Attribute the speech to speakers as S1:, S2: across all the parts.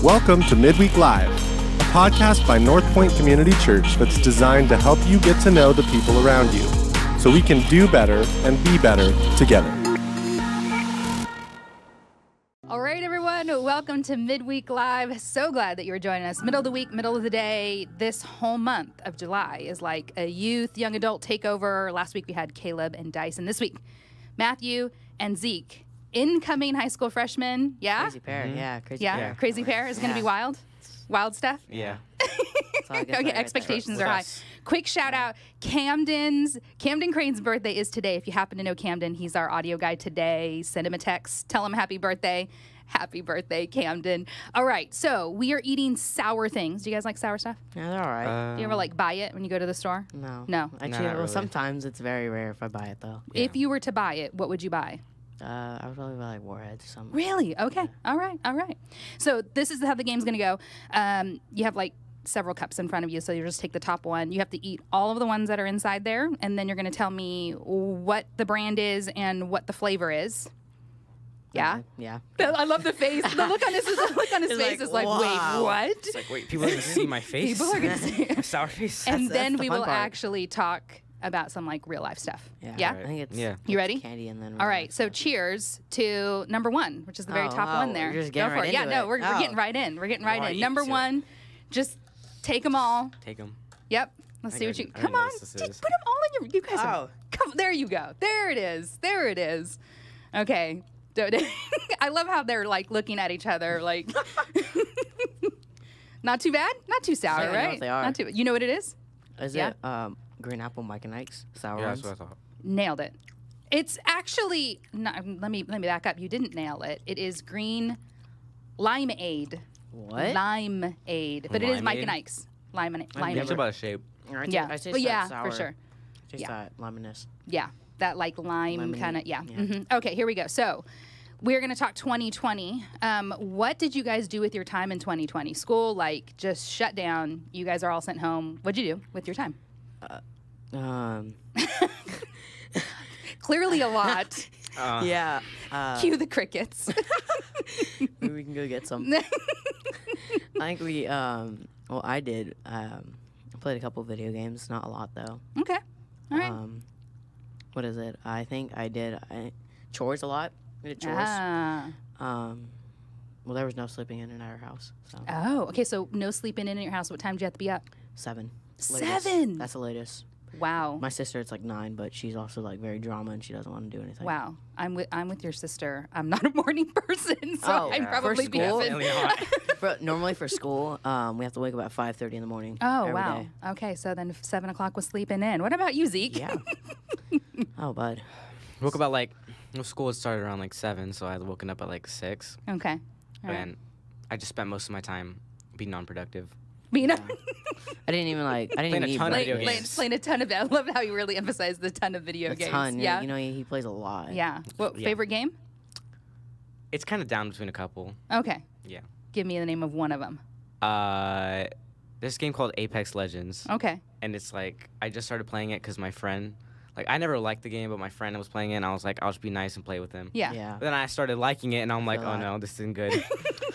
S1: Welcome to Midweek Live, a podcast by North Point Community Church that's designed to help you get to know the people around you so we can do better and be better together.
S2: All right, everyone, welcome to Midweek Live. So glad that you're joining us. Middle of the week, middle of the day, this whole month of July is like a youth, young adult takeover. Last week we had Caleb and Dyson. This week, Matthew and Zeke, incoming high school freshmen. Yeah?
S3: Crazy pair,
S4: Mm-hmm.
S3: yeah, crazy
S2: Ah. yeah?
S3: pair.
S2: Crazy pair is going to be
S3: Yeah.
S2: wild. Wild stuff.
S4: Yeah.
S3: That's all I can say
S2: Okay,
S3: right there.
S2: expectations are
S4: With
S2: high.
S4: us.
S2: Quick shout out Camden's Camden Crane's birthday is today. If you happen to know Camden, he's our audio guy today. Send him a text, tell him happy birthday. Happy birthday, Camden. All right, so we are eating sour things. Do you guys like sour stuff?
S3: Yeah, they're all right.
S2: Do you
S4: Um,
S2: ever like buy it when you go to the store?
S3: no,
S2: no.
S3: Actually,
S4: Uh, Not
S3: well,
S4: really.
S3: sometimes it's very rare if I buy it though.
S2: If you were to buy it, what would you buy?
S3: Uh, I would probably buy like warheads or something.
S2: Really? Okay. All right. All right. So this is how the game's going to go. Um, you have like several cups in front of you, so you just take the top one. You have to eat all of the ones that are inside there, and then you're going to tell me what the brand is and what the flavor is. Yeah.
S3: Okay, Yeah.
S2: I love the face. The look on his, the look on his
S3: It's
S2: face
S3: like,
S2: is like,
S3: wow.
S2: wait, what?
S4: It's like, wait, people are gonna see my face.
S2: People are going to see.
S4: my sour face.
S2: and
S3: that's
S2: then
S3: the
S2: we
S3: fun
S2: will
S3: part.
S2: actually talk about some like real life stuff.
S3: Yeah.
S2: yeah?
S3: I think it's
S4: Yeah.
S2: You ready?
S3: Candy and then.
S2: All right, so cheers to number one, which is the very
S3: Oh,
S2: top
S3: wow,
S2: one there.
S3: we're just
S2: Go
S3: getting
S2: for
S3: right
S2: it. Yeah,
S3: into
S2: no,
S3: it.
S2: we're, we're
S3: Oh.
S2: getting right in. We're getting right
S4: Oh, I
S2: in.
S4: eat
S2: Number
S4: too.
S2: one, just take them all.
S4: Take them.
S2: Yep. Let's
S4: I
S2: see what
S4: gotta-
S2: you.
S4: I already
S2: Come
S4: know
S2: on,
S4: what this
S2: just put
S4: is.
S2: them all in your. You guys. Are,
S3: Oh.
S2: come. There you go. There it is. There it is. Okay. Don't- I love how they're like looking at each other, like. Not too bad. Not too sour,
S3: Yeah, I know
S2: right?
S3: what they are.
S2: Not too. You know what it is?
S3: Is
S2: Yeah.
S3: it um, green apple Mike and Ike's sour
S4: Yeah,
S3: ones?
S4: that's what I thought.
S2: Nailed it. It's actually no, um, let me let me back up. You didn't nail it. It is green limeade.
S3: What?
S2: Limeade. But it is Mike and
S4: Limeade?
S2: Ike's. Lime and
S3: I've
S2: lime.
S4: It's
S3: never-
S4: about a shape.
S3: Or I ta-
S2: Yeah.
S3: I taste
S2: Well,
S3: that
S2: yeah,
S3: sour.
S2: for sure.
S3: I taste
S2: Yeah.
S3: that lemonous.
S2: Yeah. That like lime
S3: Lemony.
S2: kind of yeah.
S3: Yeah.
S2: Mhm. Okay, here we go. So we're gonna talk 2020. Um, what did you guys do with your time in 2020? School like just shut down. You guys are all sent home. What'd you do with your time?
S3: Um.
S2: Clearly a lot.
S4: Uh,
S3: yeah. Um, Uh,
S2: Cue the crickets.
S3: maybe we can go get some. I think we. Um. Well, I did. Um. I played a couple video games. Not a lot though.
S2: okay. All right.
S3: um, what is it? I think I did I, chores a lot. I did chores.
S2: Ah.
S3: Um, well, there was no sleeping in in our house, so
S2: Oh, okay. So no sleeping in at your house. What time do you have to be up?
S3: seven.
S2: Seven?
S3: That's the latest.
S2: Wow.
S3: My sister, it's like nine, but she's also like very drama and she doesn't want to do anything.
S2: wow. I'm with I'm with your sister. I'm not a morning person, so
S3: Oh,
S2: I'm
S3: yeah. For
S2: probably be
S3: school?
S2: up in-
S4: Definitely not.
S3: For, normally for school, um, we have to wake up at five thirty in the morning.
S2: Oh
S3: every
S2: wow.
S3: day.
S2: Okay, so then if seven o'clock was sleeping in. What about you, Zeke?
S3: Yeah. oh, bud.
S4: Woke about like, well, school started around like seven, so I had woken up at like six,
S2: Okay. All right.
S4: and I just spent most of my time being non-productive.
S2: Mina
S3: I didn't even like. I didn't
S4: Playing a
S3: even eat
S4: ton of
S2: playing
S4: video
S3: breakfast.
S2: playing-
S4: games.
S2: playing a ton of. I love how you really emphasize the ton of video
S3: A
S2: games.
S3: ton.
S2: yeah.
S3: You know, he, he plays a lot.
S2: yeah. What
S4: Yeah.
S2: favorite game?
S4: It's kind of down between a couple.
S2: Okay.
S4: Yeah.
S2: Give me the name of one of them.
S4: Uh, this game called Apex Legends,
S2: Okay.
S4: and it's like I just started playing it because my friend, like I never liked the game, but my friend was playing it, and I was like, I'll just be nice and play with him.
S2: Yeah.
S3: Yeah.
S4: Then I started liking it, and I'm like,
S3: feel
S4: oh
S3: that.
S4: no, this isn't good.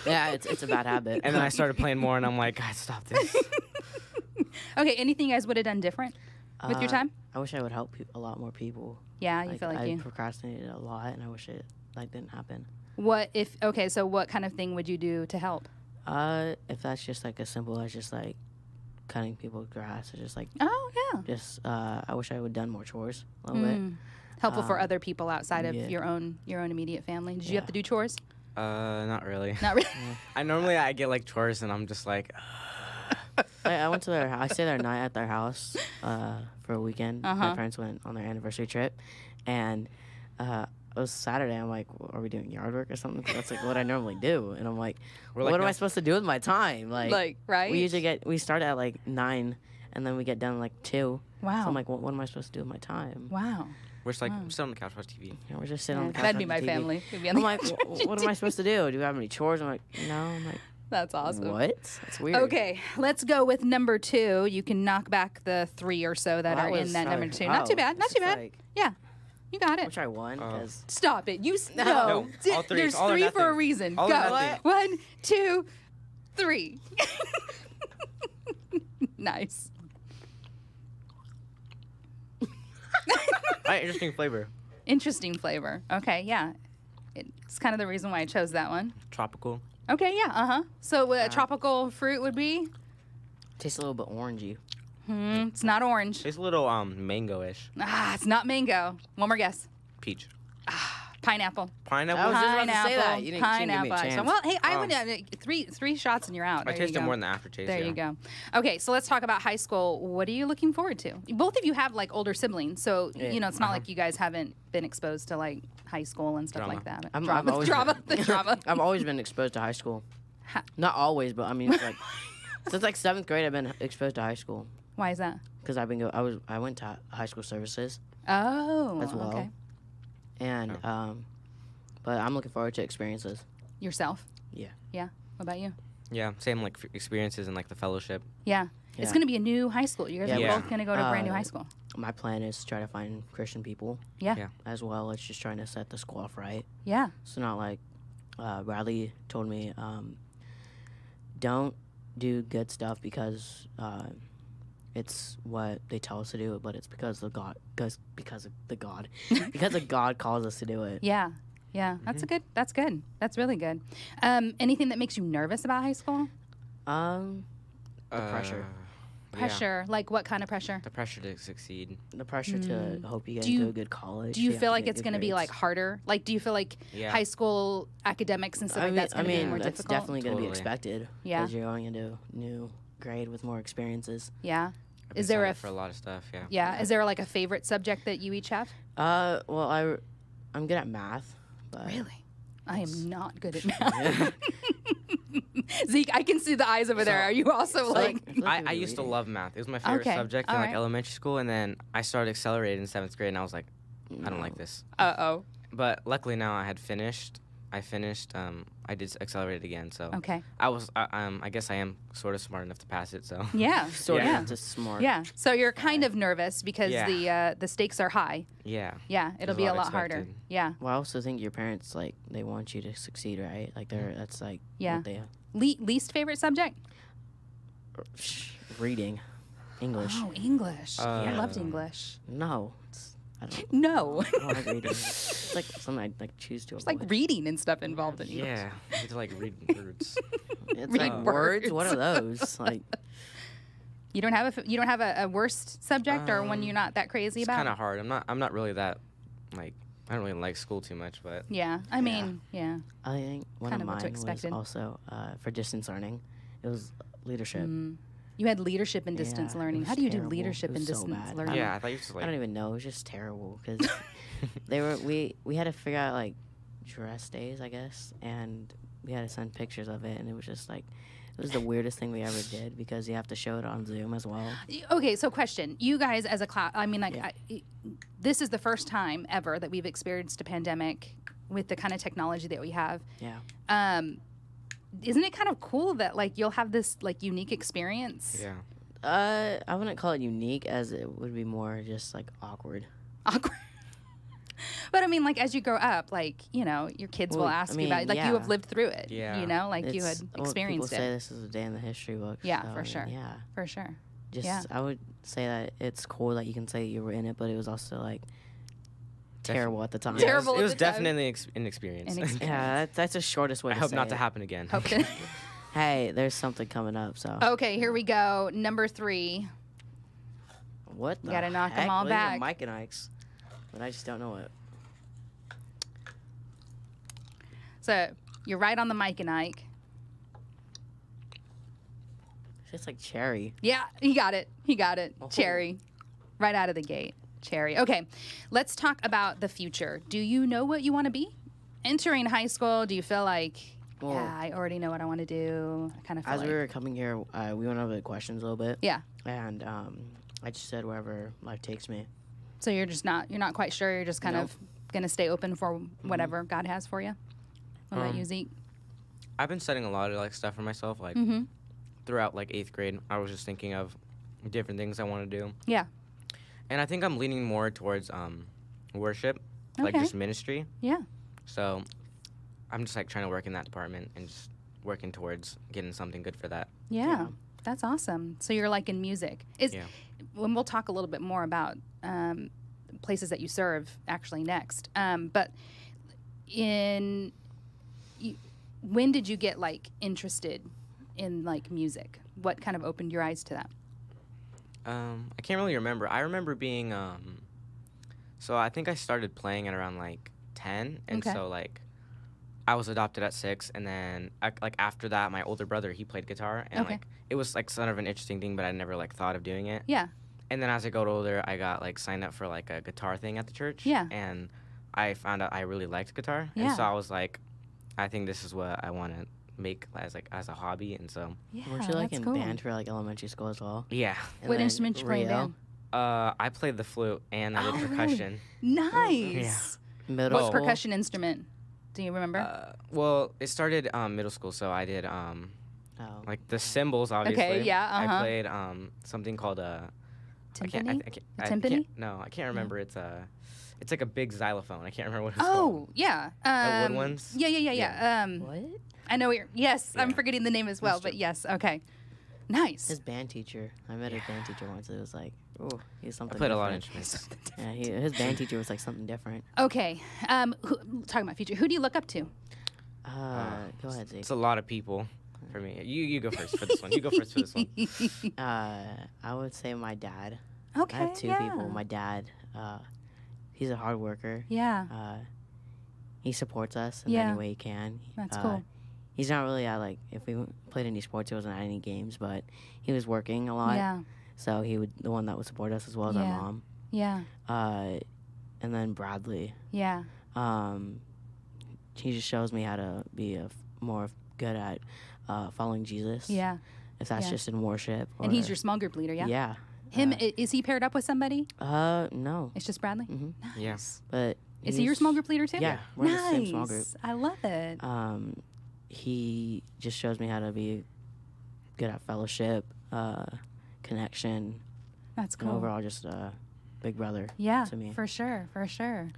S3: Yeah. It's it's a bad habit.
S4: and then I started playing more, and I'm like, God, stop this.
S2: Okay. Anything you guys would have done different with your
S3: Uh,
S2: time?
S3: I wish I would help peop a lot more people.
S2: Yeah. You feel like
S3: I
S2: you.
S3: procrastinated a lot, and I wish it like didn't happen.
S2: What if? Okay. So what kind of thing would you do to help?
S3: Uh, if that's just like as simple as just like cutting people's grass, or just like
S2: Oh yeah.
S3: just uh, I wish I would done more chores a little bit.
S2: Mm. Helpful for
S3: Um,
S2: other people outside of
S3: yeah.
S2: your own your own immediate family. Did you have
S3: Yeah. Mm.
S2: to do chores?
S4: uh, not really.
S2: Not really.
S4: I normally I get like chores, and I'm just like, uh,
S3: I, I went to their I stayed their night at their house uh, for a weekend.
S2: Uh-huh.
S3: My parents went on their anniversary trip, and uh, it was Saturday. I'm like, "Well, are we doing yard work or something? 'Cause That's like what I normally do, and I'm like,
S4: We're
S3: what
S4: like,
S3: am
S4: "No."
S3: I supposed to do with my time? Like,
S2: like right?
S3: we usually get we start at like nine, and then we get done at, like two.
S2: wow.
S3: So I'm like, what, what am I supposed to do with my time?
S2: wow.
S4: we're just like
S2: Mm.
S4: sit on the couch, watch TV.
S3: You know, we're just sitting on the couch.
S2: That'd be my
S3: watching TV.
S2: family. We'd be on
S3: I'm
S2: the
S3: like,
S2: couch
S3: Oh "Wh-
S2: watching
S3: what am I supposed to do? Do you have any chores? I'm like, no. I'm like,
S2: TV. That's awesome.
S3: what? That's weird.
S2: Okay, let's go with number two. You can knock back the three or so that
S3: Well,
S2: are
S3: was
S2: in that
S3: probably-
S2: number two. Not too
S3: wow,
S2: bad. Not
S3: this
S2: too
S3: is
S2: bad.
S3: like-
S2: yeah, you got
S3: which
S2: it.
S3: I won
S4: Oh.
S3: because
S2: Stop it. You s- no.
S3: No.
S4: No, all three-
S2: There's
S4: all or
S2: three for a
S4: nothing.
S2: reason.
S4: All or
S2: go.
S4: nothing.
S2: One, two, three. nice.
S4: Alright, interesting flavor.
S2: Interesting flavor. Okay, yeah. It's kind of the reason why I chose that one.
S4: Tropical.
S2: Okay, yeah, uh huh. So, uh, tropical fruit would be?
S3: Tastes a little bit orangey.
S2: Hmm, it's not orange.
S4: Tastes a little um mango-ish.
S2: Ah, it's not mango. One more guess.
S4: Peach.
S2: Pineapple.
S3: I
S2: Oh,
S4: Pineapple.
S3: was just about to say that.
S2: Pineapple,
S3: You didn't- you didn't give me a
S2: pineapple. ice cream.
S3: chance.
S2: Well, hey, I
S4: Oh.
S2: would uh, three three shots and you're out.
S4: I
S2: There you
S4: tasted
S2: go.
S4: more than the aftertaste.
S2: There
S4: yeah.
S2: you go. Okay, so let's talk about high school. What are you looking forward to? Both of you have like older siblings, so you know it's
S3: uh-huh.
S2: not like you guys haven't been exposed to like high school and stuff
S4: Drama.
S2: like that.
S3: I'm- I've
S2: drama,
S3: always
S2: drama,
S3: been-
S2: the drama.
S3: I've always been exposed to high school.
S2: Ha-
S3: Not always, but I mean, it's like since like seventh grade, I've been exposed to high school
S2: Why is that?
S3: because I've been go. I was I went to high school services
S2: Oh,
S3: as well,
S2: okay.
S3: and um, but I'm looking forward to experiences.
S2: Yourself?
S3: Yeah.
S2: Yeah. What about you?
S4: Yeah, same like f- experiences and like the fellowship.
S2: Yeah. It's
S3: Yeah.
S2: going to be a new high school. You guys
S3: Yeah,
S2: are
S4: Yeah.
S2: both going to go to a brand new
S3: Uh,
S2: high school.
S3: My plan is to try to find Christian people
S2: Yeah. Yeah.
S4: yeah.
S3: as well. It's just trying to set the school off right.
S2: Yeah.
S3: So not like uh, Bradley told me, um, don't do good stuff because uh, it's what they tell us to do, but it's because the God, because because of the God, because of God calls us to do it.
S2: Yeah. That's
S3: Mm-hmm.
S2: a good. That's good. That's really good. Um, anything that makes you nervous about high school?
S3: Um, The pressure.
S4: Uh, yeah,
S2: Pressure. Like what kind of pressure?
S4: The pressure to succeed.
S3: the pressure to hope you get
S2: Hmm. Do
S3: into
S2: you-
S3: a good college.
S2: Do you
S3: have
S2: feel
S3: to
S2: like
S3: get
S2: it's
S3: good
S2: going to be like
S3: grades.
S2: harder? Like, do you feel like
S4: Yeah.
S2: high school academics and stuff
S3: I
S2: like
S3: mean,
S2: that's
S3: I
S2: going to be
S3: mean,
S2: more
S3: that's
S2: difficult?
S3: definitely going to be
S4: Totally.
S3: expected.
S2: Yeah.
S3: because you're going into new grade with more experiences.
S2: Yeah.
S4: I've been
S2: Is there
S4: signed
S2: a
S4: up for a
S2: f-
S4: lot of stuff? Yeah.
S2: Yeah. Is there like a favorite subject that you each have?
S3: Uh, well, I, I'm good at math, but
S2: Really? I am not good at math. Zeke, I can see the eyes over there. Are you also like,
S3: feel like
S4: I,
S3: I'm
S4: I
S3: good at
S4: used to
S3: reading.
S4: love math. It was my favorite
S2: Okay,
S4: subject in
S2: all
S4: like
S2: right.
S4: elementary school, and then I started accelerating in seventh grade, and I was like, I don't like this.
S2: uh oh?
S4: But luckily now I had finished. I finished. Um, I did s- accelerate again, so
S2: Okay.
S4: I was. I, um, I guess I am sort of smart enough to pass it. So
S2: Yeah.
S3: sort
S4: Yeah.
S3: of just smart.
S2: Yeah. So you're kind of nervous because
S4: Yeah.
S2: the uh, the stakes are high.
S4: yeah,
S2: Yeah. It'll
S4: There's a
S2: be a
S4: lot
S2: lot harder.
S4: expected.
S2: Yeah.
S3: Well, I also think your parents like they want you to succeed, right? Like they're that's like
S2: Yeah.
S3: what they
S2: Le- least favorite subject?
S3: reading English.
S2: Oh, English. I loved
S4: Uh,
S2: English.
S3: No, it's, I don't.
S2: No.
S3: I don't like reading. it's like something I like choose to
S2: It's like
S3: avoid.
S2: reading and stuff involved in English.
S4: yeah. You had to like read words.
S3: it's
S2: read
S3: like words. What are
S2: words.
S3: those? Like
S2: You don't have a f- you don't have a, a worst subject or one
S4: Um,
S2: you're not that crazy
S4: It's
S2: about.
S4: kind of hard. I'm not. I'm not really that. Like, I don't really like school too much, but
S2: yeah, I mean, yeah.
S3: I think one
S2: Kinda
S3: of
S2: what
S3: mine
S2: to
S3: was
S2: expected.
S3: also uh, for distance learning. It was leadership.
S2: You had leadership and distance
S3: Yeah, it
S2: learning.
S3: was
S2: How do you
S3: terrible.
S2: do
S3: It
S2: leadership
S3: was
S2: and
S3: so
S2: distance
S3: bad.
S2: learning?
S4: yeah. I thought you just
S3: I
S4: like.
S3: don't even know. It was just terrible because they were we we had to figure out like dress days, I guess, and we had to send pictures of it, and it was just like it was the weirdest thing we ever did because you have to show it on Zoom as well.
S2: Y- Okay, so question: You guys, as a class, I mean, like, I, this is the first time ever that we've experienced a pandemic with the kind of technology that we have.
S3: Yeah,
S2: Um, isn't it kind of cool that like you'll have this like unique experience?
S4: Yeah.
S3: uh, I wouldn't call it unique as it would be more just like awkward.
S2: awkward. but I mean, like as you grow up, like you know, your kids will
S3: Well, I
S2: ask you about
S3: mean,
S2: it. Like you have
S3: yeah.
S2: lived through it.
S4: Yeah.
S2: You know, like you had
S3: It's- well,
S2: experienced
S3: people say
S2: it
S3: this is a day in the history book.
S2: Yeah,
S3: so,
S2: for
S3: I mean,
S2: sure.
S3: Yeah,
S2: for sure.
S3: just
S2: Yeah.
S3: I would say that it's cool that you can say you were in it, but it was also like terrible at the time.
S4: Yeah, it was-
S2: Terrible
S4: It
S2: at
S4: was,
S2: the time.
S4: definitely ex- an experience.
S2: An ex-
S3: Yeah, that, that's the shortest way.
S4: I
S3: to
S4: hope
S3: say
S4: not
S3: it.
S4: to happen again.
S2: Hope that-
S3: Hey, there's something coming up. So
S2: okay, here we go. Number three.
S3: What the
S2: Gotta knock 'em
S3: heck?
S2: all
S3: These are
S2: back.
S3: Mike and Ike's, but I just don't know it.
S2: So you're right on the mic and Ike.
S3: It's just like cherry.
S2: Yeah, he got it. He got it.
S3: Oh.
S2: Cherry, right out of the gate. Cherry. Okay, let's talk about the future. Do you know what you want to be? Entering high school, do you feel like?
S3: Well-
S2: yeah, I already know what I want to do. I kind of feel
S3: As
S2: like,
S3: we were coming here, uh, we went over the questions a little bit.
S2: yeah.
S3: And um, I just said wherever life takes me.
S2: So you're just not you're not quite sure. You're just kind
S3: No.
S2: of gonna stay open for
S3: Mm-hmm.
S2: whatever God has for you. What
S3: Um,
S2: about you, Zeke?
S4: I've been studying a lot of like stuff for myself. Like
S2: Mm-hmm.
S4: throughout like eighth grade, I was just thinking of different things I want to do,
S2: Yeah,
S4: and I think I'm leaning more towards um, worship, like
S2: Okay.
S4: just ministry.
S2: yeah,
S4: So I'm just like trying to work in that department and just working towards getting something good for that.
S2: Yeah, that's awesome. So you're like in music. Is
S4: Yeah.
S2: when we'll talk a little bit more about um, places that you serve actually next. Um, but in you, when did you get like interested in like music? What kind of opened your eyes to that?
S4: Um, I can't really remember. I remember being um, so I think I started playing at around like ten, and
S2: Okay.
S4: so like I was adopted at six, and then I, like after that, my older brother he played guitar, and
S2: Okay.
S4: like it was like sort of an interesting thing, but I never like thought of doing it.
S2: Yeah.
S4: And then as I got older, I got like signed up for like a guitar thing at the church.
S2: Yeah.
S4: And I found out I really liked guitar,
S2: Yeah.
S4: and so I was like, I think this is what I want to make as like as a hobby, and so
S2: Yeah,
S3: Weren't you like in band for like elementary school as well?
S4: yeah,
S3: And
S2: What
S3: then
S2: instrument did you play in
S3: Rio,
S2: band?
S4: uh, I played the flute and I
S2: Oh,
S4: did
S2: really?
S4: percussion.
S2: Nice.
S3: Middle
S2: What
S4: Oh.
S3: school.
S2: percussion instrument? Do you remember?
S4: Uh, well, it started um, middle school, so I did um,
S3: Oh.
S4: like the cymbals, obviously.
S2: yeah, uh-huh.
S4: I played um, something called a I can't, I,
S2: Timpani?
S4: I can't,
S2: A
S4: I can't-
S2: timpani?
S4: no, I can't remember. It's a, it's like a big xylophone. I can't remember what it's
S2: Oh
S4: called.
S2: yeah,
S4: The wood
S2: um,
S4: ones?
S2: Yeah, yeah, yeah, yeah. Um,
S3: what?
S2: I know. What you're, yes, I'm
S4: Yeah.
S2: forgetting the name as well, but yes, okay, nice.
S3: His band teacher. I met a band teacher once. It was like, oh, he's
S4: I
S3: something.
S4: played a lot of
S3: different.
S4: instruments.
S3: Yeah, he, his band teacher was like something different.
S2: Okay, um, who, talking about future, who do you look up to?
S3: Uh, go ahead, Zeke.
S4: It's a lot of people for me. You you go first for this one. You go first for this one.
S3: Uh, I would say my dad.
S2: Okay,
S3: I have two
S2: yeah.
S3: people. My dad, uh, he's a hard worker.
S2: yeah,
S3: Uh, he supports us in
S2: Yeah.
S3: any way he can.
S2: That's
S3: Uh,
S2: cool.
S3: He's not really at like if we w- played any sports, he wasn't at any games, but he was working a lot,
S2: yeah,
S3: so he would the one that would support us as well as
S2: Yeah.
S3: our mom.
S2: yeah,
S3: Uh, and then Bradley,
S2: yeah,
S3: um, he just shows me how to be a f- more good at uh, following Jesus.
S2: yeah.
S3: if that's
S2: yeah.
S3: just in worship.
S2: And he's
S3: or-
S2: your small group leader, yeah.
S3: yeah.
S2: Him
S3: uh,
S2: i is he paired up with somebody?
S3: Uh, no,
S2: It's just Bradley.
S3: Mhm.
S4: Yeah.
S2: Nice.
S3: but
S2: Is he your
S3: he's-
S2: small group leader too?
S3: Yeah, we're
S2: Nice.
S3: in the same small group.
S2: I love it.
S3: Um, he just shows me how to be good at fellowship, uh, connection,
S2: That's
S3: and
S2: cool.
S3: overall just a big brother.
S2: yeah,
S3: to me.
S2: for sure, for sure.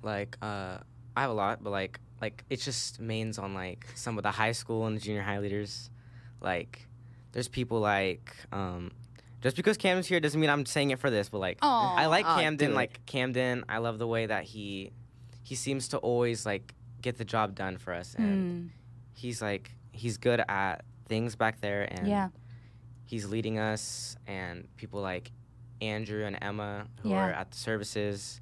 S4: Like uh, I have a lot, but like like it's just mains on like some of the high school and junior high leaders. Like there's people like um, just because Camden's here doesn't mean I'm saying it for this, but like
S2: Oh,
S4: I like
S3: Aw,
S4: Camden.
S3: dude.
S4: Like Camden, I love the way that he he seems to always like get the job done for us,
S3: Hmm.
S4: and
S2: Hmm,
S4: he's like he's good at things back there, and
S2: Yeah.
S4: he's leading us, and people like Andrew and Emma who
S2: Yeah.
S4: are at the services,